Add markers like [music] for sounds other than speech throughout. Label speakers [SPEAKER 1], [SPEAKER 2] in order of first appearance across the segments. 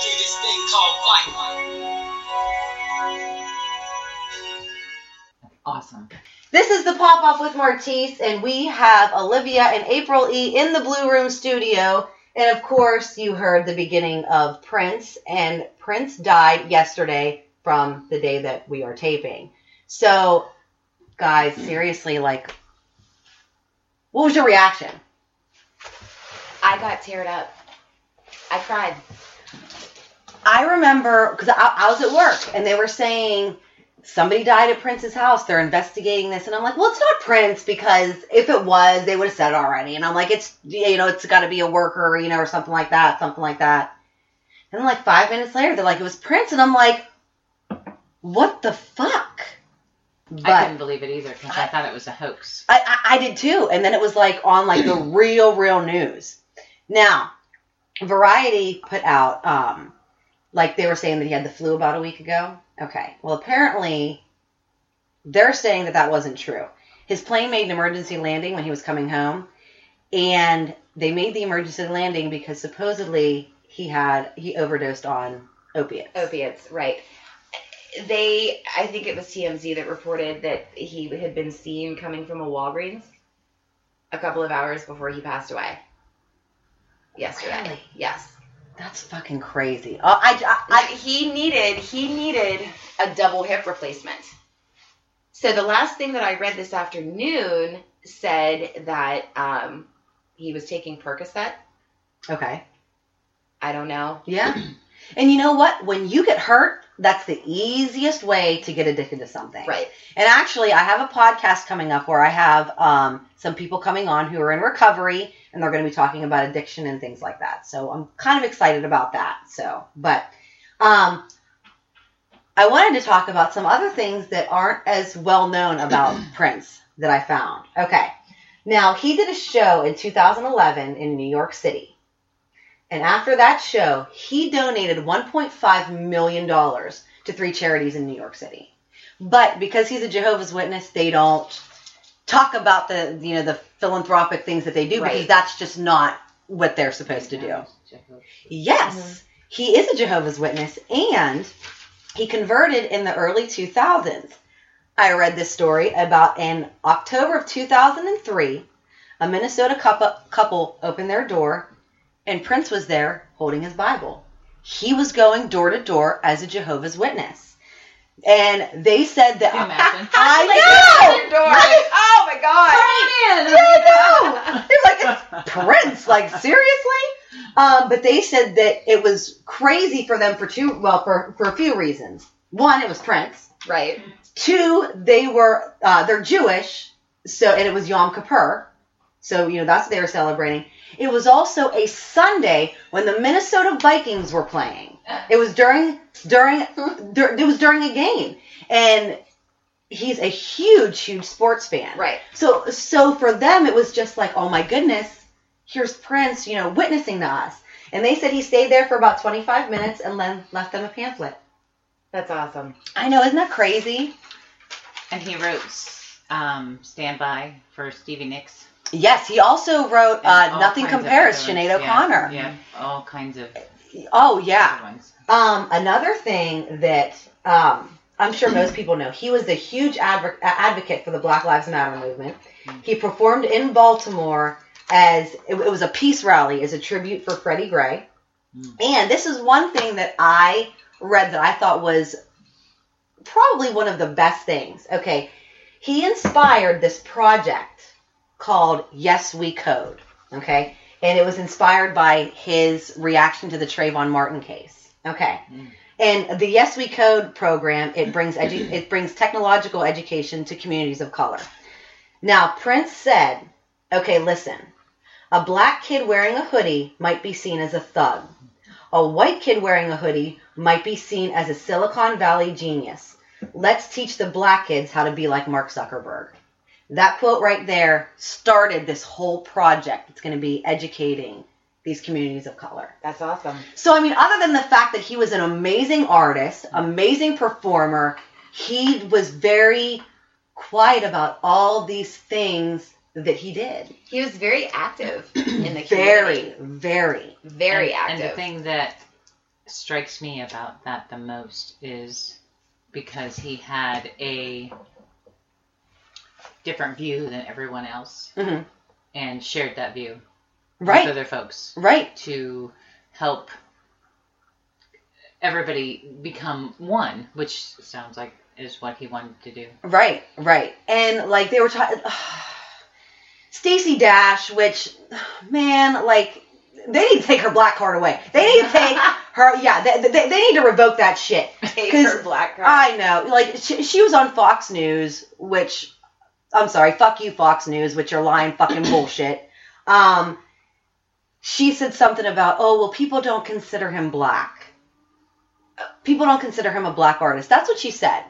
[SPEAKER 1] through this thing called life.
[SPEAKER 2] Awesome.
[SPEAKER 3] This is the Pop Off with Martise, and we have Olivia and April E. in the Blue Room studio. And of course, you heard the beginning of Prince, and Prince died yesterday from the day that we are taping. So, guys, seriously, like, what was your reaction?
[SPEAKER 4] I got teared up. I cried.
[SPEAKER 3] I remember because I, I was at work and they were saying somebody died at Prince's house. They're investigating this, and I'm like, well, it's not Prince because if it was, they would have said it already. And I'm like, it's you know, it's got to be a worker, you know, or something like that, something like that. And then like five minutes later, they're like, it was Prince, and I'm like, what the fuck?
[SPEAKER 2] I
[SPEAKER 3] But
[SPEAKER 2] couldn't believe it either because I, thought it was a hoax.
[SPEAKER 3] I, I, I did too. And then it was like on like the real, real news. Now, Variety put out, um, like they were saying that he had the flu about a week ago. Okay. Well, apparently they're saying that that wasn't true. His plane made an emergency landing when he was coming home. And they made the emergency landing because supposedly he had, he overdosed on opiates.
[SPEAKER 2] Oh,
[SPEAKER 4] Opiates, right. They, I think it was TMZ that reported that he had been seen coming from a Walgreens a couple of hours before he passed away. Yesterday.
[SPEAKER 3] Really?
[SPEAKER 4] Yes.
[SPEAKER 3] That's fucking crazy. Oh, I, I,
[SPEAKER 4] I, he needed he needed a double hip replacement. So the last thing that I read this afternoon said that um, he was taking Percocet.
[SPEAKER 3] I, okay.
[SPEAKER 4] I don't know.
[SPEAKER 3] Yeah. [clears throat] And you know what? When you get hurt, that's the easiest way to get addicted to something.
[SPEAKER 4] Right.
[SPEAKER 3] And actually, I have a podcast coming up where I have um, some people coming on who are in recovery and they're going to be talking about addiction and things like that. So I'm kind of excited about that. So, but um, I wanted to talk about some other things that aren't as well known about Prince that I found. Okay. Now, he did a show in 2011 in New York City. And after that show, he donated $1.5 million to three charities in New York City. But because he's a Jehovah's Witness, they don't talk about the you know the philanthropic things that they do because
[SPEAKER 4] Right.
[SPEAKER 3] that's just not what they're supposed to do. Yes, he is a Jehovah's Witness and he converted in the early 2000s. I read this story about in October of 2003, a Minnesota couple, couple opened their door and Prince was there holding his Bible. He was going door to door as a Jehovah's Witness. And they said that [laughs]
[SPEAKER 2] Can you imagine?
[SPEAKER 3] I
[SPEAKER 4] Like,
[SPEAKER 3] know.
[SPEAKER 4] door.
[SPEAKER 3] Right?
[SPEAKER 4] Oh my god.
[SPEAKER 3] I know. They're like, it's Prince. Like, seriously? Um, but they said that it was crazy for them for two, well, for, for a few reasons. One, it was Prince.
[SPEAKER 4] Right.
[SPEAKER 3] Two, they were, uh, they're Jewish. So, and it was Yom Kippur. So, you know, that's what they were celebrating. It was also a Sunday when the Minnesota Vikings were playing. It was during, [laughs] during, dur- it was during a game. And he's a huge, huge sports fan.
[SPEAKER 4] Right.
[SPEAKER 3] So so for them it was just like, oh my goodness, here's Prince, you know, witnessing to us. And they said he stayed there for about 25 minutes and then left them a pamphlet.
[SPEAKER 4] That's awesome.
[SPEAKER 3] I know, isn't that crazy?
[SPEAKER 2] And he wrote s- um, Stand By for Stevie Nicks.
[SPEAKER 3] Yes, he also wrote
[SPEAKER 2] and
[SPEAKER 3] uh,
[SPEAKER 2] all
[SPEAKER 3] Nothing
[SPEAKER 2] kinds of
[SPEAKER 3] Compares,
[SPEAKER 2] other
[SPEAKER 3] Sinead
[SPEAKER 2] ones. Yeah,
[SPEAKER 3] O'Connor.
[SPEAKER 2] Yeah, all kinds of
[SPEAKER 3] Oh, yeah.
[SPEAKER 2] other ones.
[SPEAKER 3] Um, another thing that um, I'm sure most people know, he was a huge advo- uh, advocate for the Black Lives Matter movement. He performed in Baltimore as it, it was a peace rally as a tribute for Freddie Gray. And this is one thing that I read that I thought was probably one of the best things. Okay, he inspired this project called Yes We Code. Okay, and it was inspired by his reaction to the Trayvon Martin case. Okay. And the Yes We Code program it brings edu- it brings technological education to communities of color. Now Prince said, "Okay, listen. A black kid wearing a hoodie might be seen as a thug. A white kid wearing a hoodie might be seen as a Silicon Valley genius. Let's teach the black kids how to be like Mark Zuckerberg." That quote right there started this whole project. It's going to be educating these communities of color.
[SPEAKER 4] That's awesome.
[SPEAKER 3] So I mean, other than the fact that he was an amazing artist, amazing performer, he was very quiet about all these things that he did.
[SPEAKER 4] He was very
[SPEAKER 2] [clears throat]
[SPEAKER 4] active in the community.
[SPEAKER 3] Very, very.
[SPEAKER 4] very active.
[SPEAKER 2] and, And
[SPEAKER 3] [laughs]
[SPEAKER 2] the thing that strikes me about that the most is because he had a different view than everyone else
[SPEAKER 3] Mhm.
[SPEAKER 2] and shared that view with
[SPEAKER 3] Right.
[SPEAKER 2] other folks
[SPEAKER 3] Right.
[SPEAKER 2] to help everybody become one, which sounds like is what he wanted to do.
[SPEAKER 3] Right. Right. And like they were [sighs] talking Stacy Dash, which [sighs] man, like they need to take her black card away. They need to take her yeah, they, they, they need to revoke that shit.
[SPEAKER 2] [laughs]
[SPEAKER 4] Take
[SPEAKER 3] 'Cause
[SPEAKER 4] her black card.
[SPEAKER 3] I know. Like she, she was on Fox News, which I'm sorry, fuck you, Fox News, which are lying fucking bullshit. Um, she said something about, oh well, people don't consider him black. People don't consider him a black artist. That's what she said.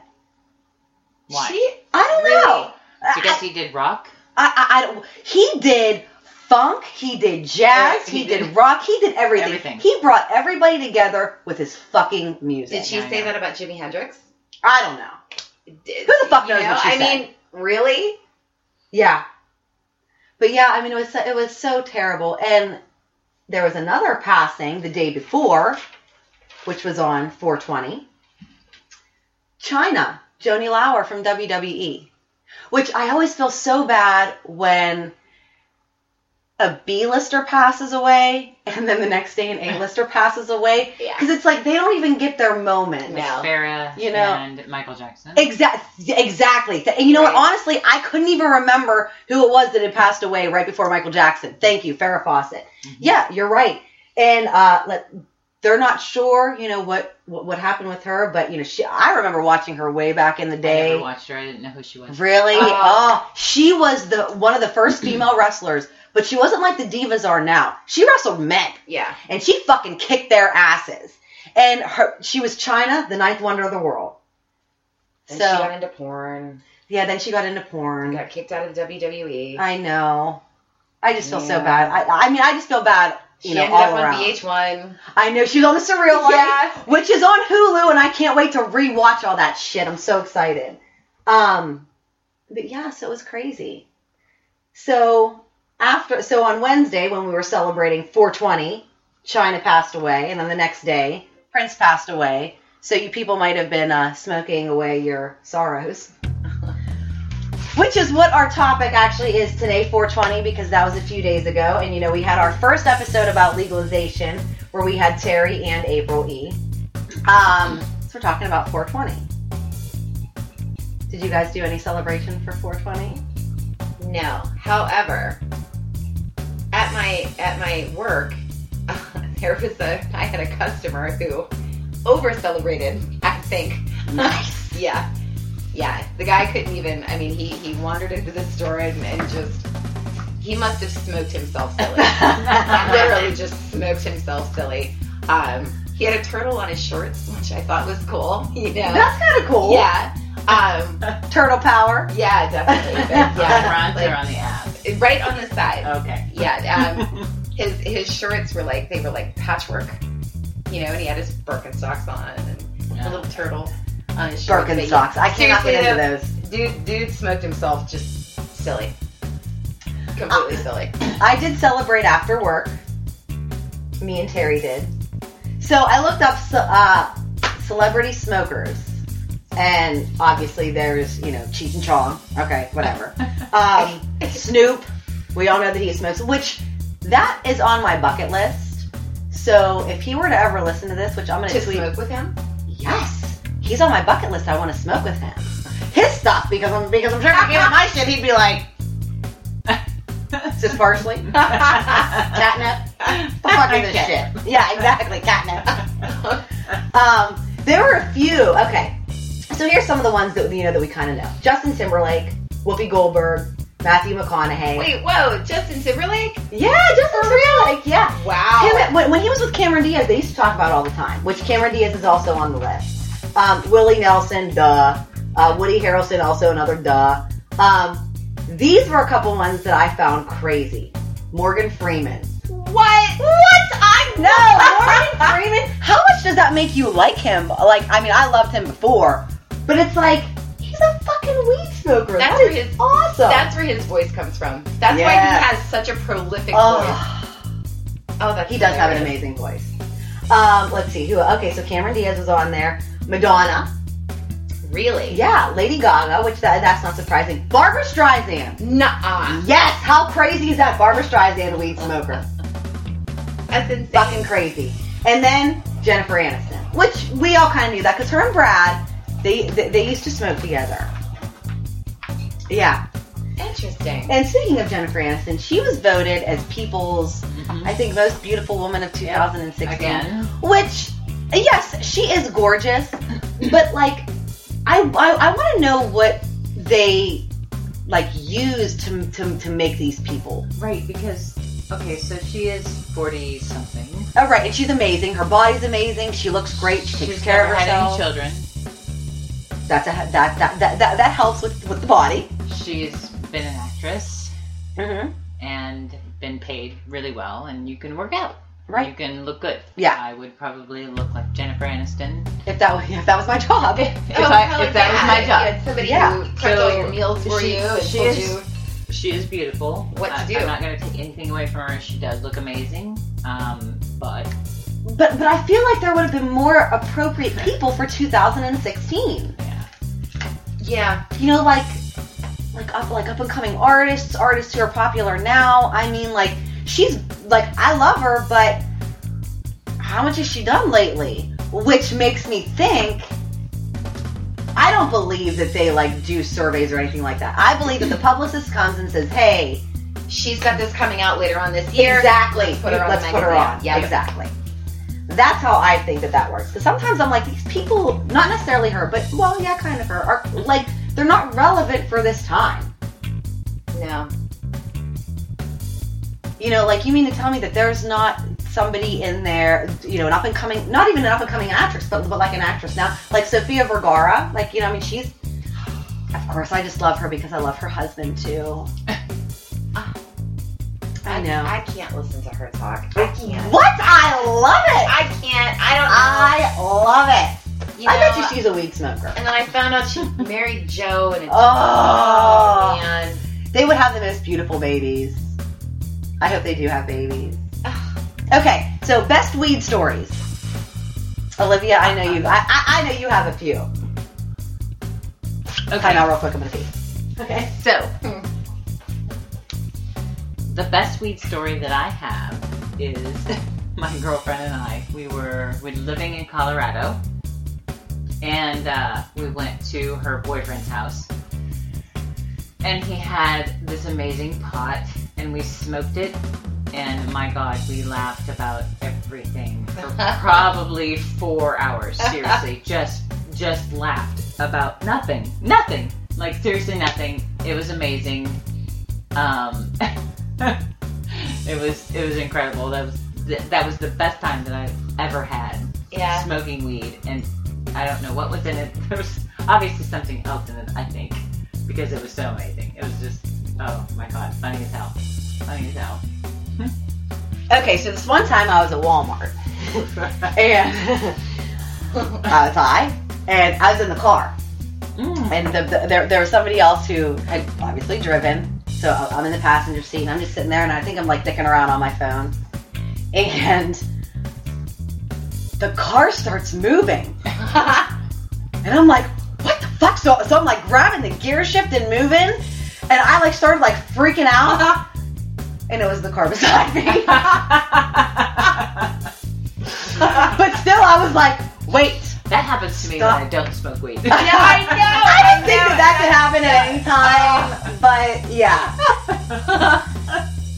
[SPEAKER 2] Why?
[SPEAKER 4] She
[SPEAKER 3] I don't
[SPEAKER 4] Really?
[SPEAKER 3] know.
[SPEAKER 2] because he did rock.
[SPEAKER 3] I, I, I don't. He did funk. He did jazz.
[SPEAKER 2] Yeah,
[SPEAKER 3] he
[SPEAKER 2] he
[SPEAKER 3] did,
[SPEAKER 2] did-
[SPEAKER 3] rock. He did everything.
[SPEAKER 2] Everything.
[SPEAKER 3] He brought everybody together with his fucking music.
[SPEAKER 4] did she
[SPEAKER 2] I
[SPEAKER 4] say
[SPEAKER 2] know.
[SPEAKER 4] that about Jimi Hendrix?
[SPEAKER 3] I don't know.
[SPEAKER 4] Did,
[SPEAKER 3] Who the fuck
[SPEAKER 4] you
[SPEAKER 3] knows what she
[SPEAKER 4] I
[SPEAKER 3] said?
[SPEAKER 4] mean, really?
[SPEAKER 3] Yeah. But yeah, I mean, it was so, it was so terrible. And there was another passing the day before, which was on 420. China, Joni Lauer from WWE, which I always feel so bad when a B-lister passes away and then the next day an A-lister passes away.
[SPEAKER 4] Yeah.
[SPEAKER 3] Because it's like they don't even get their moment.
[SPEAKER 4] No.
[SPEAKER 2] Farrah
[SPEAKER 3] You know-
[SPEAKER 2] and Michael Jackson.
[SPEAKER 3] Exactly. Exactly. Th- And you know what?
[SPEAKER 4] Right.
[SPEAKER 3] Honestly, I couldn't even remember who it was that had passed away right before Michael Jackson. Thank you, Farrah Fawcett.
[SPEAKER 4] Mm-hmm.
[SPEAKER 3] Yeah, you're right. And uh, let, they're not sure, you know, what, what what happened with her, but you know, she. I remember watching her way back in the
[SPEAKER 2] I
[SPEAKER 3] day.
[SPEAKER 2] never watched her. I didn't know who she [laughs] was.
[SPEAKER 3] Really?
[SPEAKER 4] Oh.
[SPEAKER 3] Oh. she was the one of the first female wrestlers, but she wasn't like the divas are now. She wrestled men
[SPEAKER 4] Yeah.
[SPEAKER 3] and she fucking kicked their asses. And her, she was China, the ninth wonder of the world.
[SPEAKER 4] And
[SPEAKER 3] so
[SPEAKER 4] she got into porn,
[SPEAKER 3] yeah, then she got into porn.
[SPEAKER 4] got kicked out of E. the WWE.
[SPEAKER 3] I know. I just feel so
[SPEAKER 4] Yeah.
[SPEAKER 3] bad. I, I mean, I just feel bad,
[SPEAKER 4] she
[SPEAKER 3] you know,
[SPEAKER 4] ended
[SPEAKER 3] all
[SPEAKER 4] up
[SPEAKER 3] around.
[SPEAKER 4] on VH1.
[SPEAKER 3] I know she's on the Surreal Life,
[SPEAKER 4] [laughs] Yeah.
[SPEAKER 3] which is on Hulu, and I can't wait to rewatch all that shit. I'm so excited. Um, but yeah, so it was crazy. So after, so on Wednesday when we were celebrating 420, China passed away, and then the next day Prince passed away. So you people might have been uh, smoking away your sorrows. Which is what our topic actually is today, 420, because that was a few days ago. And you know, we had our first episode about legalization where we had Terry and April E. Um, so we're talking about 420. Did you guys do any celebration for 420?
[SPEAKER 4] No. However, at my at my work, [laughs] there was a I had a customer who over celebrated. I think. Nice. [laughs] yeah. Yeah. The guy couldn't even. I mean, he he wandered into the store and, and just he must have smoked himself silly. literally just smoked himself silly. Um, he had a turtle on his shorts, which I thought was cool. You know.
[SPEAKER 3] That's kind of cool.
[SPEAKER 4] Yeah. Um,
[SPEAKER 3] Turtle power.
[SPEAKER 4] yeah, definitely. But
[SPEAKER 2] On
[SPEAKER 4] yeah,
[SPEAKER 2] front or
[SPEAKER 4] like,
[SPEAKER 2] on the ass?
[SPEAKER 4] right on the side.
[SPEAKER 2] Okay.
[SPEAKER 4] Yeah,
[SPEAKER 3] [laughs]
[SPEAKER 4] um, his his shorts were like they were like patchwork, you know, and he had his Birkenstocks on and a little turtle on his shorts. But
[SPEAKER 3] Birkenstocks. I cannot get
[SPEAKER 4] Seriously,
[SPEAKER 3] into those.
[SPEAKER 4] yeah, Dude, dude smoked himself just silly,
[SPEAKER 3] Uh, [clears throat]
[SPEAKER 4] completely silly.
[SPEAKER 3] I did celebrate after work. Me and Terry did. So I looked up ce- uh, celebrity smokers, and obviously there's you know Cheech and Chong. Okay,
[SPEAKER 4] [laughs]
[SPEAKER 3] whatever. Um, Snoop. We all know that he smokes, which that is on my bucket list. So if he were to ever listen to this, which I'm gonna
[SPEAKER 4] To
[SPEAKER 3] tweet,
[SPEAKER 4] smoke with him?
[SPEAKER 3] yes, he's on my bucket list. I want to smoke with him. His stuff because I'm because I'm sure if he gave him my shit, he'd be like, "Is this parsley? [laughs] Catnip? The fuck is this
[SPEAKER 2] Okay.
[SPEAKER 3] shit? Yeah, exactly, [laughs] catnip." um, there were a few. Okay, so here's some of the ones that you know that we kind of know: Justin Timberlake, Whoopi Goldberg, Matthew McConaughey.
[SPEAKER 4] Wait, whoa, Justin Timberlake?
[SPEAKER 3] Yeah, Justin Timberlake. Yeah.
[SPEAKER 4] Wow.
[SPEAKER 3] Him and- when, when he was with Cameron Diaz, they used to talk about it all the time, which Cameron Diaz is also on the list. Um, Willie Nelson, duh. Uh, Woody Harrelson, also another duh. Um, these were a couple ones that I found crazy. Morgan Freeman.
[SPEAKER 4] What?
[SPEAKER 3] What? I know Morgan [laughs] Freeman. How much does that make you like him? Like, I mean, I loved him before, but it's like he's a fucking weed smoker.
[SPEAKER 4] That's
[SPEAKER 3] That
[SPEAKER 4] where
[SPEAKER 3] is
[SPEAKER 4] his-
[SPEAKER 3] awesome.
[SPEAKER 4] That's where his voice comes from. That's why
[SPEAKER 3] Yeah.
[SPEAKER 4] he has such a prolific voice.
[SPEAKER 3] Ugh.
[SPEAKER 4] Oh, that's
[SPEAKER 3] He does have an
[SPEAKER 4] hilarious.
[SPEAKER 3] amazing voice. Um, let's see who. Okay, so Cameron Diaz was on there. Madonna,
[SPEAKER 4] Really?
[SPEAKER 3] yeah, Lady Gaga, which that, that's not surprising. Barbara Streisand.
[SPEAKER 4] Nuh-uh.
[SPEAKER 3] Yes, how crazy is that? Barbara Streisand, weed smoker,
[SPEAKER 4] That's insane.
[SPEAKER 3] fucking crazy. And then Jennifer Aniston, which we all kind of knew that because her and Brad, they, they they used to smoke together. Yeah.
[SPEAKER 4] Interesting.
[SPEAKER 3] And speaking of Jennifer Aniston, she was voted as people's, I think, most beautiful woman of 2016.
[SPEAKER 2] Again.
[SPEAKER 3] Which, yes, she is gorgeous, but like, I I, I want to know what they like use to, to to make these people.
[SPEAKER 2] Right, because okay, so she is forty something.
[SPEAKER 3] All Oh, right, and she's amazing. Her body's amazing. She looks great. She takes
[SPEAKER 2] She's
[SPEAKER 3] care
[SPEAKER 2] never
[SPEAKER 3] of herself.
[SPEAKER 2] Had any children?
[SPEAKER 3] That's a, that, that that that that helps with with the body.
[SPEAKER 2] She's been an actress
[SPEAKER 3] Mm-hmm.
[SPEAKER 2] and been paid really well, and you can work out.
[SPEAKER 3] Right.
[SPEAKER 2] You can look good.
[SPEAKER 3] Yeah.
[SPEAKER 2] I would probably look like Jennifer Aniston.
[SPEAKER 3] If that if that was my job.
[SPEAKER 2] If,
[SPEAKER 4] Oh,
[SPEAKER 2] I,
[SPEAKER 4] hell
[SPEAKER 2] if that
[SPEAKER 4] yeah.
[SPEAKER 2] was my job.
[SPEAKER 4] You had somebody
[SPEAKER 3] Yeah.
[SPEAKER 4] who prepped all
[SPEAKER 2] So
[SPEAKER 4] your meals for
[SPEAKER 2] she-
[SPEAKER 4] you and
[SPEAKER 2] she
[SPEAKER 4] told
[SPEAKER 2] is-
[SPEAKER 4] you.
[SPEAKER 2] She is beautiful.
[SPEAKER 4] What to
[SPEAKER 2] I,
[SPEAKER 4] do?
[SPEAKER 2] I'm not going to take anything away from her. She does look amazing. Um, but
[SPEAKER 3] But but I feel like there would have been more appropriate people for 2016.
[SPEAKER 2] yeah,
[SPEAKER 4] Yeah.
[SPEAKER 3] You know, like like up like up and coming artists, artists who are popular now. I mean, like she's like I love her, but how much has she done lately? Which makes me think. I don't believe that they like do surveys or anything like that. I believe that the publicist comes and says, "Hey,
[SPEAKER 4] She's got this coming out later on this year.
[SPEAKER 3] Exactly.
[SPEAKER 4] Let's put her on
[SPEAKER 3] Let's
[SPEAKER 4] the
[SPEAKER 3] put her
[SPEAKER 4] magazine.
[SPEAKER 3] on.
[SPEAKER 4] Yeah.
[SPEAKER 3] exactly. That's how I think that that works. Because sometimes I'm like, these people, not necessarily her, but well, yeah, kind of her, are like they're not relevant for this time.
[SPEAKER 4] No.
[SPEAKER 3] You know, like you mean to tell me that there's not somebody in there, you know, an up and coming, not even an up and coming actress, but but like an actress now, like Sofia Vergara. Like you know, I mean, she's. Of course, I just love her because I love her husband
[SPEAKER 4] [laughs]
[SPEAKER 3] too. I know.
[SPEAKER 4] I can't listen to her talk. I can't.
[SPEAKER 3] what? I love it.
[SPEAKER 4] I can't. I don't know.
[SPEAKER 3] I love it.
[SPEAKER 4] You
[SPEAKER 3] I bet
[SPEAKER 4] know,
[SPEAKER 3] you she's a weed smoker.
[SPEAKER 4] And then I found out she married Joe and it's
[SPEAKER 3] Oh.
[SPEAKER 4] man.
[SPEAKER 3] They would have the most beautiful babies. I hope they do have babies.
[SPEAKER 4] Ugh.
[SPEAKER 3] Okay, so best weed stories. Olivia, I know you. I, I, I know you have a few. Find out real quick. I'm gonna pee. Okay.
[SPEAKER 2] So, the best weed story that I have is [laughs] my girlfriend and I. We were we were living in Colorado, and uh, we went to her boyfriend's house, and he had this amazing pot, and we smoked it. And my God, we laughed about everything for probably four hours. Seriously, just just laughed about nothing, nothing. Like seriously, nothing. It was amazing. Um, it was it was incredible. That was th- that was the best time that I've ever had
[SPEAKER 4] Yeah.
[SPEAKER 2] smoking weed, and I don't know what was in it. [laughs] There was obviously something else in it, I think, because it was so amazing. It was just oh my god, funny as hell, funny
[SPEAKER 3] [laughs]
[SPEAKER 2] as hell.
[SPEAKER 3] Okay. So this one time I was at Walmart and [laughs] I was high Uh, and I was in the car
[SPEAKER 2] Mm.
[SPEAKER 3] and the, the, there there was somebody else who had obviously driven. So I- I'm in the passenger seat and I'm just sitting there and I think I'm like dicking around on my phone and the car starts moving. And I'm like, what the fuck? So, so I'm like grabbing the gear shift and moving. And I like started like freaking out. And it was the car beside me. [laughs] but still, I was like, wait,
[SPEAKER 2] That happens to me
[SPEAKER 3] Stop.
[SPEAKER 2] when I don't smoke weed.
[SPEAKER 4] [laughs] Yeah,
[SPEAKER 2] [laughs]
[SPEAKER 4] I know.
[SPEAKER 3] I didn't think that that could happen at any time, but yeah.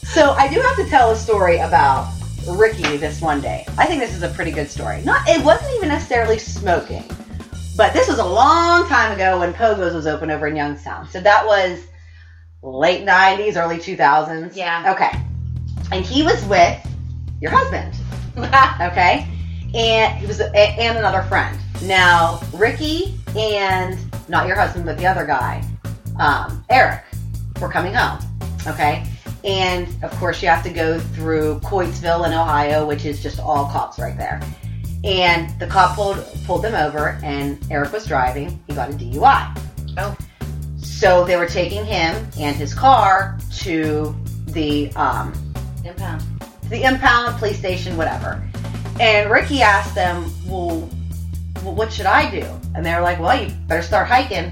[SPEAKER 3] So I do have to tell a story about Ricky this one day. I think this is a pretty good story. Not it wasn't even necessarily smoking, but this was a long time ago when Pogo's was open over in Youngstown. So that was late '90s, early 2000s.
[SPEAKER 4] Yeah.
[SPEAKER 3] Okay. And he was with your husband. Okay. And he was a- and another friend. Now Ricky and not your husband, but the other guy, um, Eric, were coming home. Okay. And of course, you have to go through Coatesville in Ohio, which is just all cops right there. And the cop pulled pulled them over, and Eric was driving. He got a DUI.
[SPEAKER 4] Oh.
[SPEAKER 3] So they were taking him and his car to the um,
[SPEAKER 4] Impound.
[SPEAKER 3] the impound, police station, whatever. And Ricky asked them, well, well, what should I do? And they were like, well, you better start hiking.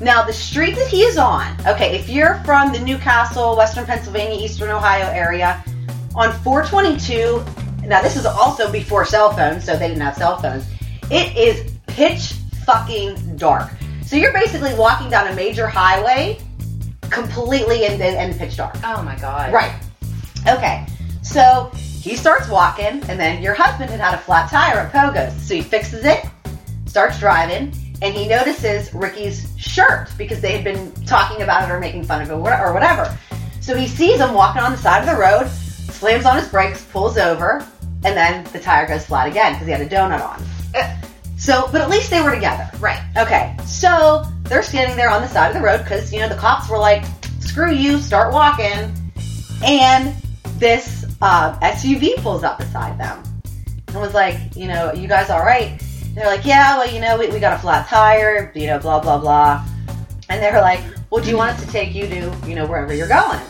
[SPEAKER 3] Now, the street that he is on, okay, if you're from the Newcastle, Western Pennsylvania, Eastern Ohio area, on 422, now this is also before cell phones, so they didn't have cell phones, it is pitch fucking dark. So you're basically walking down a major highway completely in, in, in pitch dark.
[SPEAKER 4] Oh my god.
[SPEAKER 3] Right. Okay. So he starts walking, and then your husband had had a flat tire at Pogo's. So he fixes it, starts driving, and he notices Ricky's shirt because they had been talking about it or making fun of it or whatever. So he sees him walking on the side of the road, slams on his brakes, pulls over, and then the tire goes flat again because he had a donut on. So, but at least they were together.
[SPEAKER 4] Right.
[SPEAKER 3] Okay, so they're standing there on the side of the road because, you know, the cops were like, screw you, start walking. And this uh, SUV pulls up beside them and was like, you know, you guys all right? And they're like, yeah, well, you know, we, we got a flat tire, you know, blah, blah, blah. And they're like, well, do you want us to take you to, you know, wherever you're going?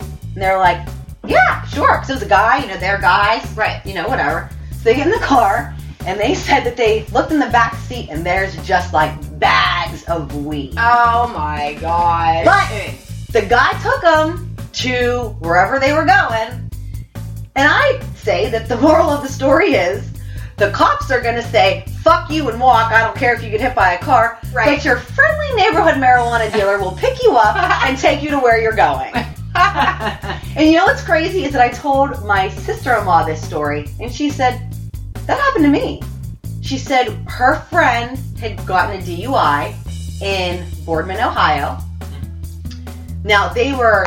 [SPEAKER 3] And they're like, yeah, sure. Because it was a guy, you know, they're guys,
[SPEAKER 4] Right.
[SPEAKER 3] you know, whatever. So they get in the car, and they said that they looked in the back seat, and there's just like bags of weed.
[SPEAKER 4] Oh my god.
[SPEAKER 3] But- The guy took them to wherever they were going, and I say that the moral of the story is the cops are gonna say "fuck you" and walk. I don't care if you get hit by a car,
[SPEAKER 4] Right.
[SPEAKER 3] but your friendly neighborhood marijuana dealer will pick you up and take you to where you're going. And you know what's crazy is that I told my sister-in-law this story, and she said that happened to me. She said her friend had gotten a DUI in Boardman, Ohio. Now they were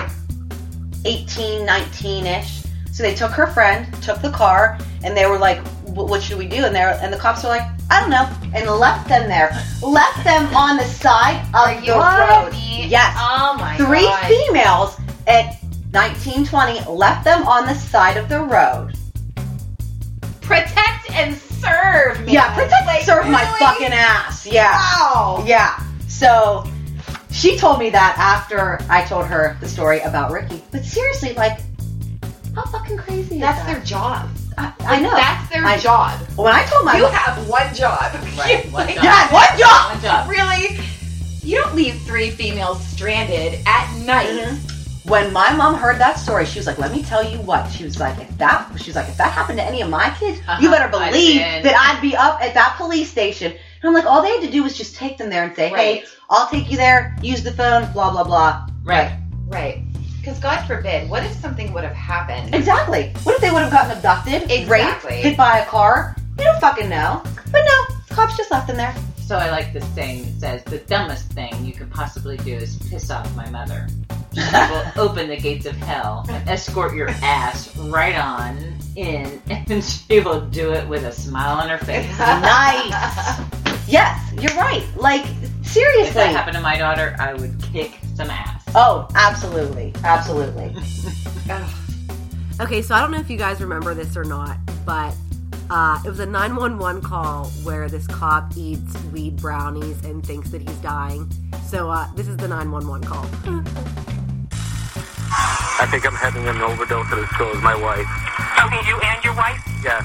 [SPEAKER 3] 18, 19-ish. So they took her friend, took the car, and they were like, "Wh- "What should we do?" And they were, and the cops were like, "I don't know," and left them there, left them on the side of
[SPEAKER 4] Are you
[SPEAKER 3] the road.
[SPEAKER 4] kidding me?
[SPEAKER 3] Yes
[SPEAKER 4] Oh my
[SPEAKER 3] three
[SPEAKER 4] god.
[SPEAKER 3] females at 1920 left them on the side of the road.
[SPEAKER 4] Protect and serve. Man.
[SPEAKER 3] Yeah, protect
[SPEAKER 4] Like,
[SPEAKER 3] serve my
[SPEAKER 4] really?
[SPEAKER 3] fucking ass. Yeah.
[SPEAKER 4] Wow.
[SPEAKER 3] Yeah. So she told me that after I told her the story about Ricky. But seriously, like, how fucking crazy is
[SPEAKER 4] That's
[SPEAKER 3] that?
[SPEAKER 4] their job.
[SPEAKER 3] I, I know.
[SPEAKER 4] That's their
[SPEAKER 3] I-
[SPEAKER 4] job.
[SPEAKER 3] when I told my
[SPEAKER 4] You have one job. [laughs]
[SPEAKER 3] [laughs]
[SPEAKER 2] Right, one
[SPEAKER 4] Like,
[SPEAKER 2] job.
[SPEAKER 3] yeah, what job?
[SPEAKER 2] Good job.
[SPEAKER 4] Really? You don't leave three females stranded at night.
[SPEAKER 3] Mm-hmm. When my mom heard that story, she was like, "Let me tell you what." She was like, "If that," she was like, "If that happened to any of my kids, you better
[SPEAKER 2] Uh-huh, I'd
[SPEAKER 3] believe
[SPEAKER 2] been-
[SPEAKER 3] that I'd be up at that police station." And I'm like, all they had to do was just take them there and say, "Hey,
[SPEAKER 4] Right.
[SPEAKER 3] I'll take you there. Use the phone. Blah blah blah."
[SPEAKER 2] Right.
[SPEAKER 4] Right. Because God forbid, what if something would have happened?
[SPEAKER 3] Exactly. What if they would have gotten abducted, raped,
[SPEAKER 4] Exactly.
[SPEAKER 3] hit by a car? You don't fucking know. But no, cops just left them there.
[SPEAKER 2] So I like this saying that says the dumbest thing you could possibly do is piss off my mother. She will open the gates of hell and escort your ass right on in, and she will do it with a smile on her face.
[SPEAKER 3] nice. [laughs] Yes, you're right. Like
[SPEAKER 2] If
[SPEAKER 3] seriously.
[SPEAKER 2] that happened to my daughter, I would kick some ass.
[SPEAKER 3] Oh, absolutely,
[SPEAKER 5] [laughs]
[SPEAKER 3] absolutely.
[SPEAKER 5] Okay, so I don't know if you guys remember this or not, but uh, it was a 911 call where this cop eats weed brownies and thinks that he's dying. So uh, this is the 911 call.
[SPEAKER 6] I think I'm having an overdose as so is my wife.
[SPEAKER 7] Okay, you and your wife
[SPEAKER 6] Yes,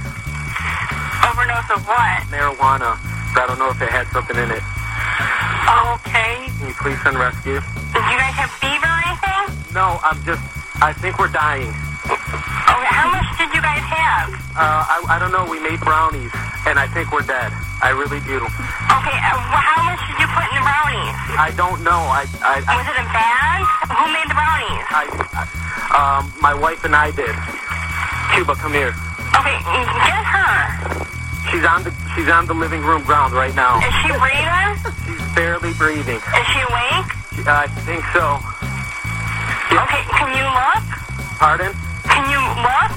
[SPEAKER 7] overdose of what?
[SPEAKER 6] marijuana. But I don't know if it had something in it.
[SPEAKER 7] Okay.
[SPEAKER 6] Can you please send rescue?
[SPEAKER 7] Did you guys have fever or anything?
[SPEAKER 6] No, I'm just. I think we're dying.
[SPEAKER 7] Okay, how much did you guys have?
[SPEAKER 6] Uh, I, I don't know. We made brownies. and I think we're dead. I really do.
[SPEAKER 7] Okay, uh, wh- how much did you put in the brownies?
[SPEAKER 6] I don't know. I, I, I,
[SPEAKER 7] Was it in bags? Who made the brownies?
[SPEAKER 6] I, um, my wife and I did. Cuba, come here.
[SPEAKER 7] Okay, get her.
[SPEAKER 6] She's on the, she's on the living room ground right now.
[SPEAKER 7] Is she breathing?
[SPEAKER 6] She's barely breathing.
[SPEAKER 7] Is she awake?
[SPEAKER 6] I think so.
[SPEAKER 7] Okay, can you look?
[SPEAKER 6] Pardon?
[SPEAKER 7] Can you look?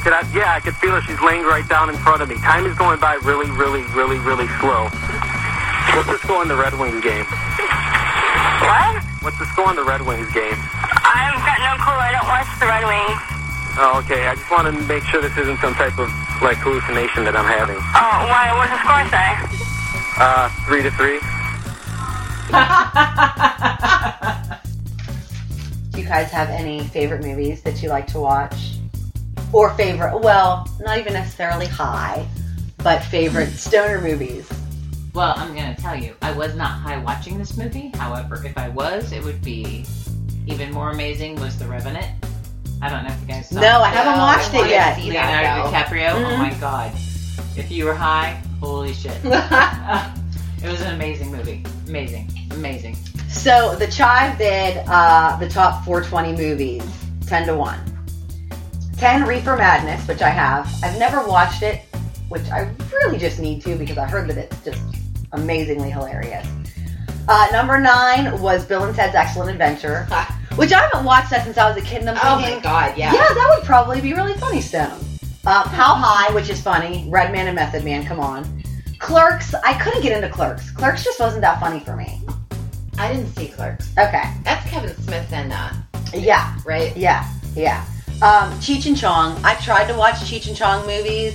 [SPEAKER 6] Could I, yeah, I could feel her. She's laying right down in front of me. Time is going by really, really, really, really slow. What's the score in the Red Wings game?
[SPEAKER 7] What?
[SPEAKER 6] What's the score in the Red Wings game?
[SPEAKER 7] I've got no clue. I don't watch the Red Wings.
[SPEAKER 6] Oh, okay. I just want to make sure this isn't some type of like hallucination that I'm having.
[SPEAKER 7] Oh, why? What's the score say?
[SPEAKER 6] Uh, three to three.
[SPEAKER 3] Do you guys have any favorite movies that you like to watch? Or favorite, well, not even necessarily high,
[SPEAKER 5] [laughs]
[SPEAKER 3] but favorite stoner movies?
[SPEAKER 2] Well, I'm going to tell you, I was not high watching this movie. However, if I was, it would be even more amazing was The Revenant. I don't know if you guys saw
[SPEAKER 3] No, I
[SPEAKER 2] it.
[SPEAKER 3] haven't
[SPEAKER 4] No, Oh I
[SPEAKER 3] watched
[SPEAKER 4] wanted
[SPEAKER 3] it
[SPEAKER 4] to
[SPEAKER 3] yet.
[SPEAKER 4] see that,
[SPEAKER 2] Leonardo
[SPEAKER 4] though.
[SPEAKER 2] DiCaprio. Oh my god. If you were high, holy shit. it was an amazing movie. Amazing. Amazing.
[SPEAKER 3] So the Chive did uh, the top 420 movies, 10 to 1. 10 Reefer Madness, which I have. I've never watched it, which I really just need to because I heard that it's just amazingly hilarious. Uh, number 9 was Bill and Ted's Excellent
[SPEAKER 4] [laughs]
[SPEAKER 3] Adventure, which I haven't watched that since I was a kid and I'm
[SPEAKER 4] Oh
[SPEAKER 3] thinking,
[SPEAKER 4] my god,
[SPEAKER 3] Mm-hmm. yeah.
[SPEAKER 4] yeah.
[SPEAKER 3] that would probably be really funny, Stone. Uh, How High, which is funny. Red Man and Method Man, come on. Clerks, I couldn't get into Clerks. Clerks just wasn't that funny for me.
[SPEAKER 4] I didn't see Clerks.
[SPEAKER 3] Okay.
[SPEAKER 4] That's Kevin Smith and uh,
[SPEAKER 3] Yeah.
[SPEAKER 4] right?
[SPEAKER 3] Yeah, yeah. Um, Cheech and Chong. I've tried to watch Cheech and Chong movies,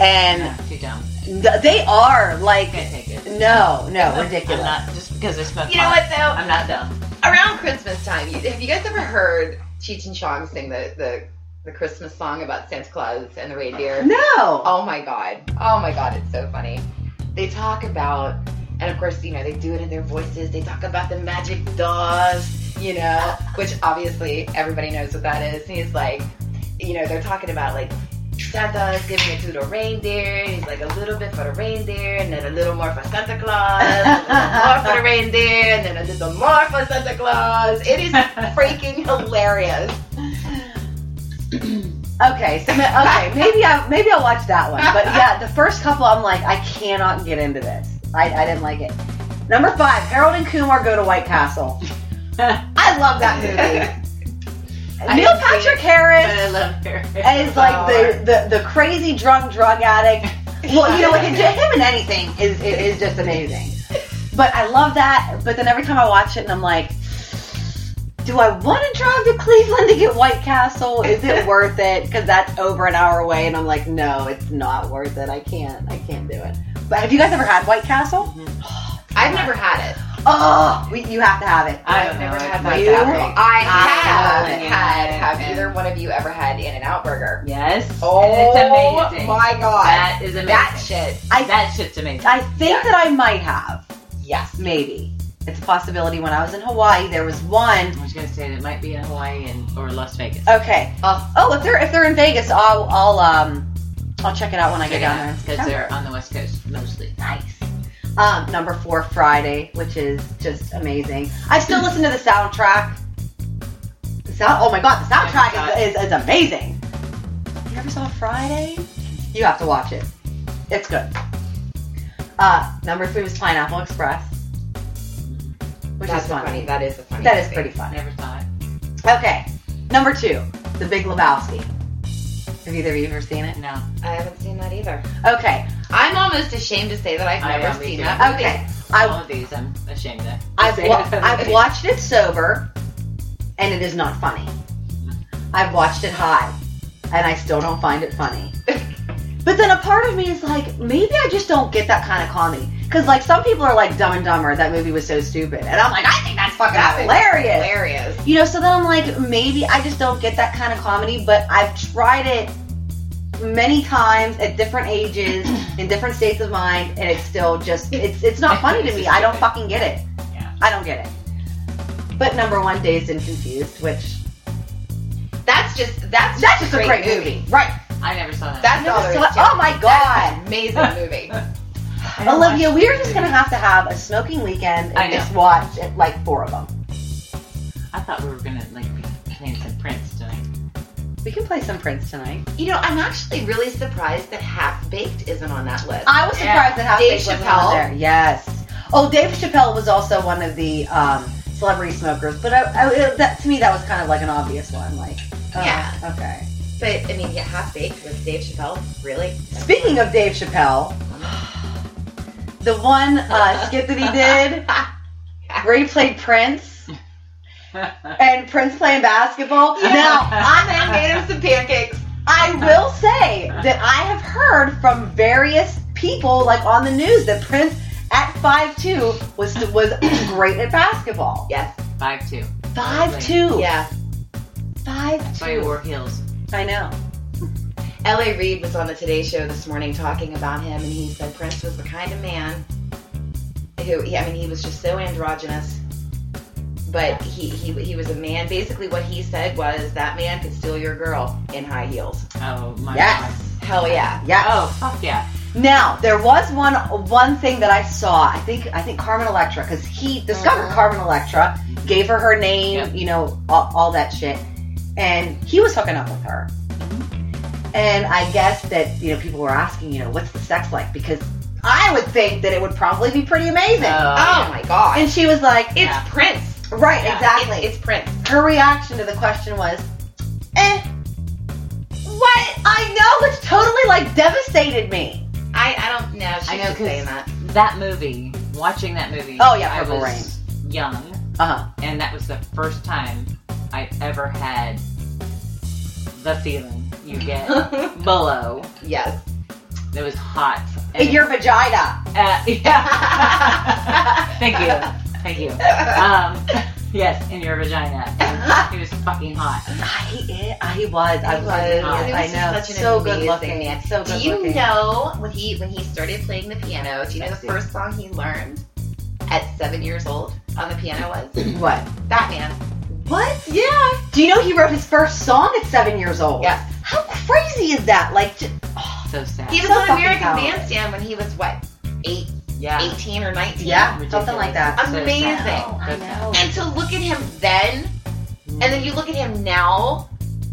[SPEAKER 3] and
[SPEAKER 2] Too dumb.
[SPEAKER 3] th- they are like,
[SPEAKER 2] Can't take it.
[SPEAKER 3] no, no,
[SPEAKER 2] I'm
[SPEAKER 3] ridiculous.
[SPEAKER 2] not just because I smoked
[SPEAKER 4] You know
[SPEAKER 2] pot,
[SPEAKER 4] what though?
[SPEAKER 2] I'm not dumb.
[SPEAKER 4] Around Christmas time, you, have you guys ever heard Cheech and Chong sing the, the the Christmas song about Santa Claus and the reindeer?
[SPEAKER 3] no.
[SPEAKER 4] Oh my god. Oh my god, it's so funny. They talk about and of course, you know, they do it in their voices. They talk about the magic doors, you know, which obviously everybody knows what that is. And he's like, you know, they're talking about like Santa's giving it to the reindeer. And he's like, a little bit for the reindeer, and then a little more for Santa Claus, and a little more for the reindeer, and then a little more for Santa Claus. It is freaking hilarious.
[SPEAKER 3] Okay, so ma- okay, maybe I maybe I'll watch that one. But yeah, the first couple, I'm like, I cannot get into this. I, I didn't like it. Number five, Harold and Kumar go to White Castle.
[SPEAKER 2] [laughs]
[SPEAKER 3] I love that movie. Neil
[SPEAKER 4] didn't see
[SPEAKER 3] Patrick
[SPEAKER 4] it,
[SPEAKER 3] Harris.
[SPEAKER 2] But I love her.
[SPEAKER 3] is like the, the, the crazy drunk drug
[SPEAKER 4] [laughs]
[SPEAKER 3] addict. Well, you know, like, him in anything is, is is just amazing. But I love that. But then every time I watch it, and I'm like, do I want to drive to Cleveland to get White Castle? Is
[SPEAKER 4] [laughs]
[SPEAKER 3] it worth it? Because that's over an hour away, and I'm like, no, it's not worth it. I can't. I can't do it. But have you guys ever had White Castle?
[SPEAKER 4] Mm-hmm. I've never had it.
[SPEAKER 3] Oh, we, you have to have it.
[SPEAKER 2] I
[SPEAKER 4] I've
[SPEAKER 2] don't
[SPEAKER 4] never
[SPEAKER 2] know,
[SPEAKER 4] had
[SPEAKER 2] it
[SPEAKER 4] my
[SPEAKER 2] might
[SPEAKER 3] that
[SPEAKER 4] family.
[SPEAKER 3] big.
[SPEAKER 4] I
[SPEAKER 2] I
[SPEAKER 4] have
[SPEAKER 2] know,
[SPEAKER 4] had.
[SPEAKER 2] yeah,
[SPEAKER 4] Have
[SPEAKER 2] yeah.
[SPEAKER 4] either one of you ever had In and Out Burger?
[SPEAKER 2] Yes.
[SPEAKER 4] Oh
[SPEAKER 2] and it's amazing.
[SPEAKER 4] my god.
[SPEAKER 2] That is amazing.
[SPEAKER 4] That shit.
[SPEAKER 3] I-
[SPEAKER 2] that shit's amazing.
[SPEAKER 3] I think that I might have.
[SPEAKER 4] Yes.
[SPEAKER 3] Maybe it's a possibility. When I was in Hawaii, there was one.
[SPEAKER 2] I was gonna say it might be in Hawaii and or Las Vegas.
[SPEAKER 3] Okay,
[SPEAKER 4] Oh,
[SPEAKER 3] Oh, if they're if they're in Vegas, I'll I'll um I'll check it out when I get down there. in
[SPEAKER 2] because
[SPEAKER 3] September.
[SPEAKER 2] they're on the West Coast mostly.
[SPEAKER 3] nice. Um, number four, Friday, which is just amazing. I
[SPEAKER 4] [laughs]
[SPEAKER 3] still listen to the soundtrack. The sound, oh my god, the soundtrack
[SPEAKER 2] Oh my God.
[SPEAKER 3] is, is, is amazing. You ever saw Friday? You have to watch it. It's good. Uh, number three was Pineapple Express, which
[SPEAKER 4] that's
[SPEAKER 3] is
[SPEAKER 4] funny.
[SPEAKER 3] funny.
[SPEAKER 4] That is a funny.
[SPEAKER 3] That is
[SPEAKER 4] thing.
[SPEAKER 3] pretty funny.
[SPEAKER 2] Never saw it.
[SPEAKER 3] Okay, number two, The Big Lebowski. Have either of you ever seen it?
[SPEAKER 2] No.
[SPEAKER 4] I haven't seen that either.
[SPEAKER 3] Okay,
[SPEAKER 4] I'm almost ashamed to say that I've
[SPEAKER 2] I
[SPEAKER 4] never
[SPEAKER 2] am, me
[SPEAKER 4] seen
[SPEAKER 2] too.
[SPEAKER 4] that. movie.
[SPEAKER 3] okay. I
[SPEAKER 2] All of these I'm ashamed of.
[SPEAKER 3] I've,
[SPEAKER 2] Say [laughs]
[SPEAKER 3] wa-
[SPEAKER 2] it.
[SPEAKER 3] I've watched it sober, and it is not funny. I've watched it high, and I still don't find it funny. but then a part of me is like, maybe I just don't get that kind of comedy. Because, like, some people are like, Dumb and Dumber, that movie was so stupid. And I'm like, I think that's fucking
[SPEAKER 4] That is
[SPEAKER 3] hilarious.
[SPEAKER 4] Hilarious.
[SPEAKER 3] You know, so then I'm like, maybe I just don't get that kind of comedy, but I've tried it many times at different ages, in different states of mind, and it's still just it's it's not funny to me. I don't fucking get it.
[SPEAKER 2] Yeah.
[SPEAKER 3] I don't get it. But number one, Dazed and Confused, which
[SPEAKER 4] That's just that's just
[SPEAKER 3] that's
[SPEAKER 4] a
[SPEAKER 3] just
[SPEAKER 4] great,
[SPEAKER 3] a great movie. Right.
[SPEAKER 2] I never saw that.
[SPEAKER 4] That's all there is to it.
[SPEAKER 3] Oh my
[SPEAKER 4] That
[SPEAKER 3] God.
[SPEAKER 4] is an amazing movie.
[SPEAKER 3] [laughs]
[SPEAKER 2] I don't
[SPEAKER 3] Olivia,
[SPEAKER 2] watch
[SPEAKER 3] we're
[SPEAKER 2] these
[SPEAKER 3] just gonna
[SPEAKER 2] movies.
[SPEAKER 3] have to have a smoking weekend
[SPEAKER 2] I
[SPEAKER 3] and
[SPEAKER 2] know.
[SPEAKER 3] just watch it, like four of them.
[SPEAKER 2] I thought we were gonna like be playing some Prince tonight.
[SPEAKER 3] We can play some Prince tonight.
[SPEAKER 4] You know, I'm actually really surprised that Half Baked isn't on that list.
[SPEAKER 3] I was surprised that Half
[SPEAKER 4] Dave
[SPEAKER 3] Baked wasn't on
[SPEAKER 4] Chappelle.
[SPEAKER 3] there. Yes. Oh, Dave Chappelle was also one of the um, celebrity smokers, but I, I, it- that, to me that was kind of like an obvious one. Like, oh,
[SPEAKER 4] Yeah.
[SPEAKER 3] Okay.
[SPEAKER 4] Uh, But I mean, yeah, Half Baked with Dave Chappelle, really?
[SPEAKER 3] Speaking of Dave Chappelle, the one uh, skit that he did where he played Prince and Prince playing basketball. Now,
[SPEAKER 4] I then made him some pancakes.
[SPEAKER 3] I will say that I have heard from various people, like on the news, that Prince at 5'2 was was [clears throat] great at basketball.
[SPEAKER 4] Yes.
[SPEAKER 2] Five two.
[SPEAKER 3] 5'2.
[SPEAKER 4] Yeah.
[SPEAKER 3] 5'2.
[SPEAKER 2] That's why he wore heels.
[SPEAKER 3] I know.
[SPEAKER 4] L.A. Reid was on the Today Show this morning talking about him, and he said Prince was the kind of man who, yeah, I mean, he was just so androgynous, but he, he he was a man. Basically, what he said was that man could steal your girl in high heels.
[SPEAKER 2] Oh my
[SPEAKER 3] Yes.
[SPEAKER 4] Hell yeah.
[SPEAKER 3] Yeah.
[SPEAKER 2] god. Oh fuck yeah.
[SPEAKER 3] Now there was one one thing that I saw. I think I think Carmen Electra because he discovered Carmen Electra, gave her her name,
[SPEAKER 2] Uh-huh. Yep.
[SPEAKER 3] you know, all, all that shit, and he was hooking up with her. And I guess that you know people were asking, you know, what's the sex like? Because I would think that it would probably be pretty amazing.
[SPEAKER 2] Oh,
[SPEAKER 4] Oh my god.
[SPEAKER 3] and she was like,
[SPEAKER 4] it's
[SPEAKER 2] Yeah.
[SPEAKER 4] Prince.
[SPEAKER 3] right,
[SPEAKER 4] Yeah,
[SPEAKER 3] exactly.
[SPEAKER 4] It's, it's Prince.
[SPEAKER 3] her reaction to the question was, eh, what? I know, which totally like devastated me.
[SPEAKER 2] [clears throat]
[SPEAKER 4] I, I don't know. She's
[SPEAKER 2] I know
[SPEAKER 4] just saying that.
[SPEAKER 2] because that movie, watching that movie.
[SPEAKER 3] Oh, yeah,
[SPEAKER 2] I
[SPEAKER 3] Purple
[SPEAKER 2] was young,
[SPEAKER 3] Uh huh.
[SPEAKER 2] and that was the first time I ever had the feeling you get below.
[SPEAKER 4] Yes.
[SPEAKER 2] That was hot.
[SPEAKER 3] In your vagina.
[SPEAKER 2] uh, yeah. Thank you. Thank you. Um, yes, in your vagina. It was fucking hot.
[SPEAKER 3] He, i- he was. I
[SPEAKER 4] He
[SPEAKER 3] was.
[SPEAKER 4] was.
[SPEAKER 2] I
[SPEAKER 4] He
[SPEAKER 3] I
[SPEAKER 4] was
[SPEAKER 3] know.
[SPEAKER 4] just such an
[SPEAKER 3] so good
[SPEAKER 4] amazing
[SPEAKER 3] looking.
[SPEAKER 4] man.
[SPEAKER 3] So good
[SPEAKER 4] do you
[SPEAKER 3] looking.
[SPEAKER 4] know when he when he started playing the piano? Do you know the first song he learned at seven years old on the piano
[SPEAKER 3] [laughs]
[SPEAKER 4] was
[SPEAKER 3] What?
[SPEAKER 4] Batman?
[SPEAKER 3] What? Yeah. Do you know he wrote his first song at seven years old?
[SPEAKER 4] Yeah.
[SPEAKER 3] How crazy is that? Like, j-
[SPEAKER 2] So sad.
[SPEAKER 4] He was
[SPEAKER 3] So
[SPEAKER 4] on
[SPEAKER 3] fucking
[SPEAKER 4] American
[SPEAKER 3] talented.
[SPEAKER 4] Bandstand when he was what eight,
[SPEAKER 2] yeah.
[SPEAKER 4] eighteen or nineteen?
[SPEAKER 3] yeah,
[SPEAKER 2] Ridiculous.
[SPEAKER 3] something like that.
[SPEAKER 2] So sad.
[SPEAKER 4] Amazing.
[SPEAKER 3] Oh, [laughs]
[SPEAKER 2] So sad.
[SPEAKER 4] And to look at him then, and then you look at him now.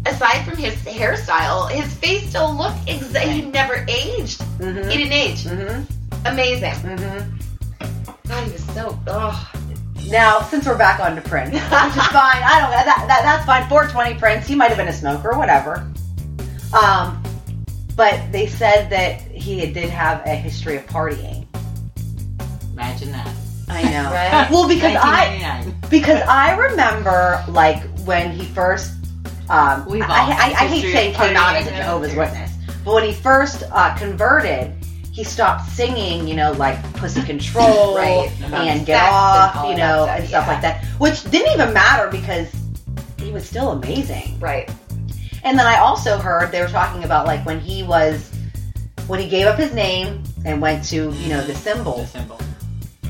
[SPEAKER 4] Aside from his hairstyle, his face still looked exact. He never aged. He
[SPEAKER 3] Mm-hmm.
[SPEAKER 4] didn't age.
[SPEAKER 3] Mm-hmm.
[SPEAKER 4] Amazing.
[SPEAKER 3] Mm-hmm.
[SPEAKER 4] God, he was so. Ugh.
[SPEAKER 3] Now, since we're back on to Prince, [laughs] which is fine. I don't. That, that that's fine. 420 Prince. He might have been a smoker, whatever. Um, but they said that he did have a history of partying.
[SPEAKER 2] Imagine that.
[SPEAKER 3] I know.
[SPEAKER 4] Right.
[SPEAKER 3] Well, because I
[SPEAKER 2] 1999.
[SPEAKER 3] Because I remember, like, when he first. Um,
[SPEAKER 2] We've
[SPEAKER 3] I,
[SPEAKER 2] all
[SPEAKER 3] I, I,
[SPEAKER 2] had
[SPEAKER 3] hate
[SPEAKER 2] history
[SPEAKER 3] saying
[SPEAKER 2] of
[SPEAKER 3] came out
[SPEAKER 2] partying
[SPEAKER 3] as a
[SPEAKER 2] and
[SPEAKER 3] Jehovah's
[SPEAKER 2] everything.
[SPEAKER 3] Witness, but when he first uh, converted, he stopped singing, you know, like Pussy Control
[SPEAKER 4] [laughs] Right. About
[SPEAKER 3] and Get
[SPEAKER 4] sex and
[SPEAKER 3] Off,
[SPEAKER 4] all
[SPEAKER 3] you
[SPEAKER 4] that
[SPEAKER 3] know,
[SPEAKER 4] stuff,
[SPEAKER 3] and stuff
[SPEAKER 4] yeah.
[SPEAKER 3] like that, which didn't even matter because he was still amazing.
[SPEAKER 4] Right.
[SPEAKER 3] And then I also heard they were talking about, like, when he was. When he gave up his name and went to, you know, the
[SPEAKER 2] The
[SPEAKER 3] symbols,
[SPEAKER 2] symbol.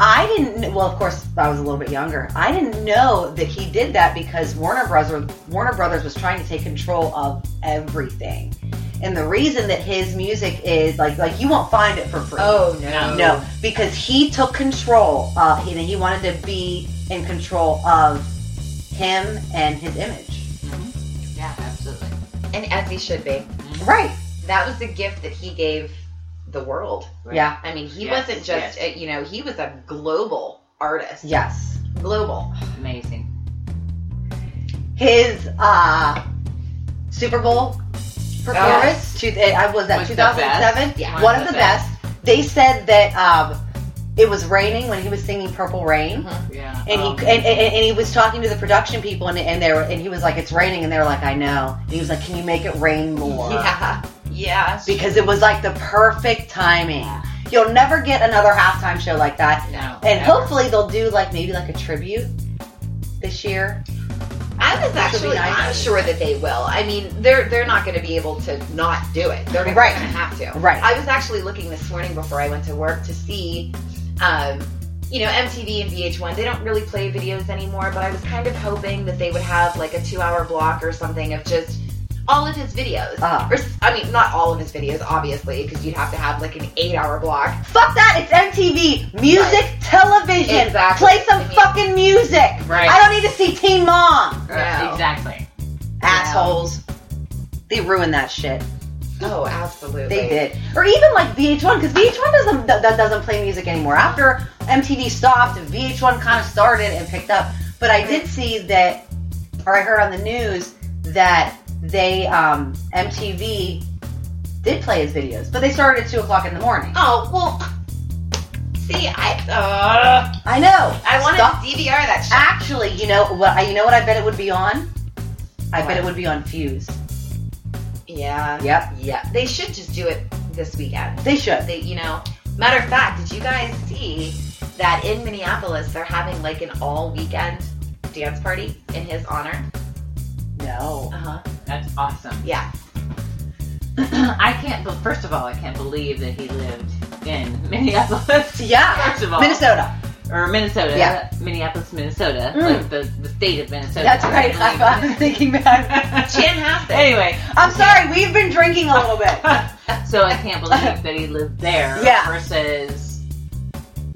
[SPEAKER 3] I didn't. kn- Well, of course, I was a little bit younger. I didn't know that he did that because Warner Brothers Warner Brothers was trying to take control of everything, and the reason that his music is like like you won't find it for free.
[SPEAKER 4] Oh no.
[SPEAKER 3] no, because he took control. Uh, he he wanted to be in control of him and his image.
[SPEAKER 2] Yeah, absolutely.
[SPEAKER 4] And as he should be.
[SPEAKER 3] Right.
[SPEAKER 4] That was the gift that he gave the world.
[SPEAKER 3] Yeah.
[SPEAKER 4] I mean, he
[SPEAKER 2] Yes,
[SPEAKER 4] wasn't just,
[SPEAKER 2] yes.
[SPEAKER 4] a, you know, he was a global artist.
[SPEAKER 3] Yes.
[SPEAKER 4] Global.
[SPEAKER 2] Amazing.
[SPEAKER 3] His uh, Super Bowl performance. Two, eh, I was that
[SPEAKER 2] Was the
[SPEAKER 3] 2007.
[SPEAKER 2] best. Yeah.
[SPEAKER 3] one, of the best. They said that um, it was raining when he was singing "Purple Rain,"
[SPEAKER 2] Yeah.
[SPEAKER 3] and
[SPEAKER 2] Um,
[SPEAKER 3] he and, and, and he was talking to the production people, and, and they were, and he was like, "It's raining," and they were like, "I know," and he was like, "Can you make it rain more?"
[SPEAKER 4] Yeah. Yeah.
[SPEAKER 3] Because it was like the perfect timing. You'll never get another halftime show like that,
[SPEAKER 2] no.
[SPEAKER 3] and
[SPEAKER 2] never.
[SPEAKER 3] hopefully they'll do like maybe like a tribute this year.
[SPEAKER 4] I was
[SPEAKER 3] That would be
[SPEAKER 4] actually,
[SPEAKER 3] nice.
[SPEAKER 4] I'm sure that they will. I mean, they're they're not going to be able to not do it. They're
[SPEAKER 3] Right.
[SPEAKER 4] going to have to.
[SPEAKER 3] Right.
[SPEAKER 4] I was actually looking this morning before I went to work to see, um, you know, MTV and VH1. They don't really play videos anymore, but I was kind of hoping that they would have like a two-hour block or something of just all of his videos.
[SPEAKER 3] Uh-huh.
[SPEAKER 4] Or, s- I mean, not all of his videos, obviously, because you'd have to have like an eight-hour block.
[SPEAKER 3] Fuck that! It's MTV music,
[SPEAKER 4] Right.
[SPEAKER 3] television.
[SPEAKER 4] Exactly.
[SPEAKER 3] Play some
[SPEAKER 4] I mean-
[SPEAKER 3] fucking music.
[SPEAKER 2] Right.
[SPEAKER 3] I don't need to see Teen Mom.
[SPEAKER 4] No.
[SPEAKER 2] uh, Exactly.
[SPEAKER 3] Assholes. They ruined that shit.
[SPEAKER 4] [laughs] Oh, absolutely.
[SPEAKER 3] They did, or even like VH1, because VH1 doesn't that that doesn't play music anymore. After MTV stopped, VH1 kind of started and picked up. But I did see that, or I heard on the news that they um, MTV did play his videos, but they started at two o'clock in the morning.
[SPEAKER 4] Oh well. See, I uh,
[SPEAKER 3] I know.
[SPEAKER 4] I wanted
[SPEAKER 3] Stop-
[SPEAKER 4] to DVR that shit.
[SPEAKER 3] Actually, you know what? I- You know what? I bet it would be on. I bet it would be on Fuse.
[SPEAKER 4] Yeah.
[SPEAKER 3] Yep.
[SPEAKER 4] Yeah. They should just do it this weekend.
[SPEAKER 3] They should.
[SPEAKER 4] They, you know, matter of fact, did you guys see that in Minneapolis they're having like an all weekend dance party in his honor?
[SPEAKER 3] No.
[SPEAKER 4] huh.
[SPEAKER 2] That's awesome.
[SPEAKER 3] [clears throat]
[SPEAKER 4] Yeah.
[SPEAKER 2] I can't. But first of all, I can't believe that he lived in [laughs] Minneapolis.
[SPEAKER 3] Yeah.
[SPEAKER 2] First of all,
[SPEAKER 3] Minnesota.
[SPEAKER 2] or Minnesota.
[SPEAKER 3] Yeah.
[SPEAKER 2] Minneapolis, Minnesota,
[SPEAKER 3] Mm.
[SPEAKER 2] like the, the state of Minnesota.
[SPEAKER 3] That's right. [laughs]
[SPEAKER 2] [laughs]
[SPEAKER 3] I was thinking that.
[SPEAKER 4] Chan has it.
[SPEAKER 2] anyway,
[SPEAKER 3] I'm sorry. We've been drinking a little bit.
[SPEAKER 2] so I can't believe that he lived there
[SPEAKER 3] [laughs] Yeah.
[SPEAKER 2] versus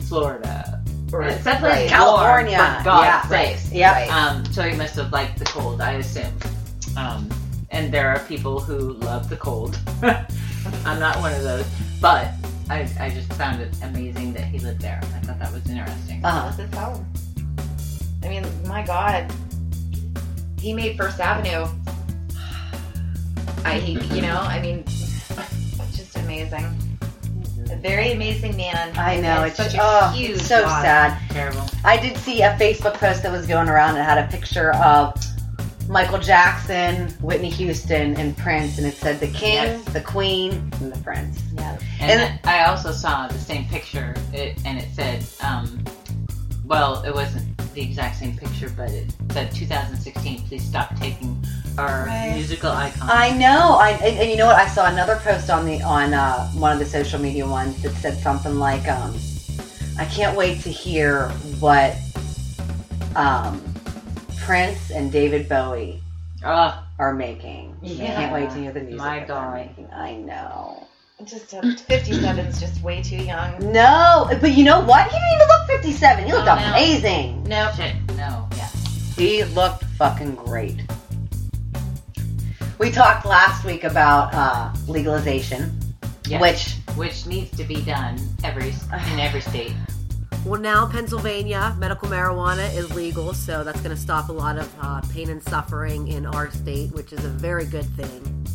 [SPEAKER 2] Florida.
[SPEAKER 4] Or-
[SPEAKER 2] It's definitely
[SPEAKER 4] right.
[SPEAKER 2] Cal-
[SPEAKER 3] California.
[SPEAKER 2] Warm, for God's
[SPEAKER 3] yeah.
[SPEAKER 2] sake.
[SPEAKER 4] Right.
[SPEAKER 3] Yeah.
[SPEAKER 4] Right.
[SPEAKER 2] Um, so he must have liked the cold, I assume. Um, and there are people who love the cold. [laughs] I'm not one of those, but I, I just found it amazing that he lived there. I thought that was interesting.
[SPEAKER 3] Uh-huh.
[SPEAKER 4] What's his problem? I mean, my God, he made First Avenue. I, he, you know, I mean, [laughs] just amazing. A very amazing man.
[SPEAKER 3] Mm-hmm. I know.
[SPEAKER 4] And
[SPEAKER 3] It's,
[SPEAKER 4] such a
[SPEAKER 3] oh,
[SPEAKER 4] huge
[SPEAKER 3] it's so
[SPEAKER 4] loss.
[SPEAKER 3] sad.
[SPEAKER 2] Terrible.
[SPEAKER 3] I did see a Facebook post that was going around and had a picture of Michael Jackson, Whitney Houston, and Prince, and it said the king,
[SPEAKER 2] Yes.
[SPEAKER 3] the queen, and the prince.
[SPEAKER 4] Yeah.
[SPEAKER 2] And,
[SPEAKER 3] And-
[SPEAKER 2] I also saw the same picture, it, and it said, um, well, it wasn't the exact same picture, but it said 2016, please stop taking our musical icons.
[SPEAKER 3] I know. I and, and you know what? I saw another post on the on uh, one of the social media ones that said something like, um, "I can't wait to hear what um, Prince and David Bowie
[SPEAKER 2] Ugh,
[SPEAKER 3] are making. I
[SPEAKER 4] Yeah.
[SPEAKER 3] can't wait to hear the music
[SPEAKER 2] My
[SPEAKER 3] that they're
[SPEAKER 2] God.
[SPEAKER 3] making. I know.
[SPEAKER 4] Just uh, 57's just way too young.
[SPEAKER 3] No, but you know what? He didn't even look 57. He looked
[SPEAKER 2] I know.
[SPEAKER 3] amazing.
[SPEAKER 4] No.
[SPEAKER 2] shit, no, yeah.
[SPEAKER 3] He looked fucking great. We talked last week about uh, legalization,
[SPEAKER 2] Yes.
[SPEAKER 3] which
[SPEAKER 2] which needs to be done every in every state.
[SPEAKER 5] Well, now Pennsylvania medical marijuana is legal, so that's going to stop a lot of uh, pain and suffering in our state, which is a very good thing.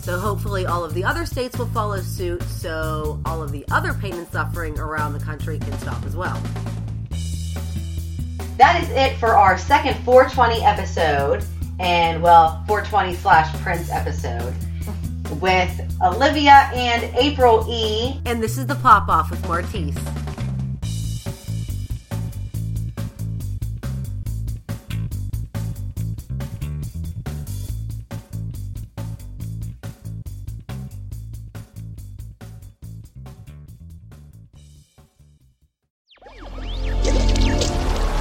[SPEAKER 5] So hopefully, all of the other states will follow suit, so all of the other pain and suffering around the country can stop as well.
[SPEAKER 3] that is it for our second 420 episode, and well, 420 slash Prince episode with Olivia and April E.
[SPEAKER 5] And this is the pop off with Martise.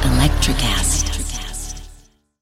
[SPEAKER 8] Electricast.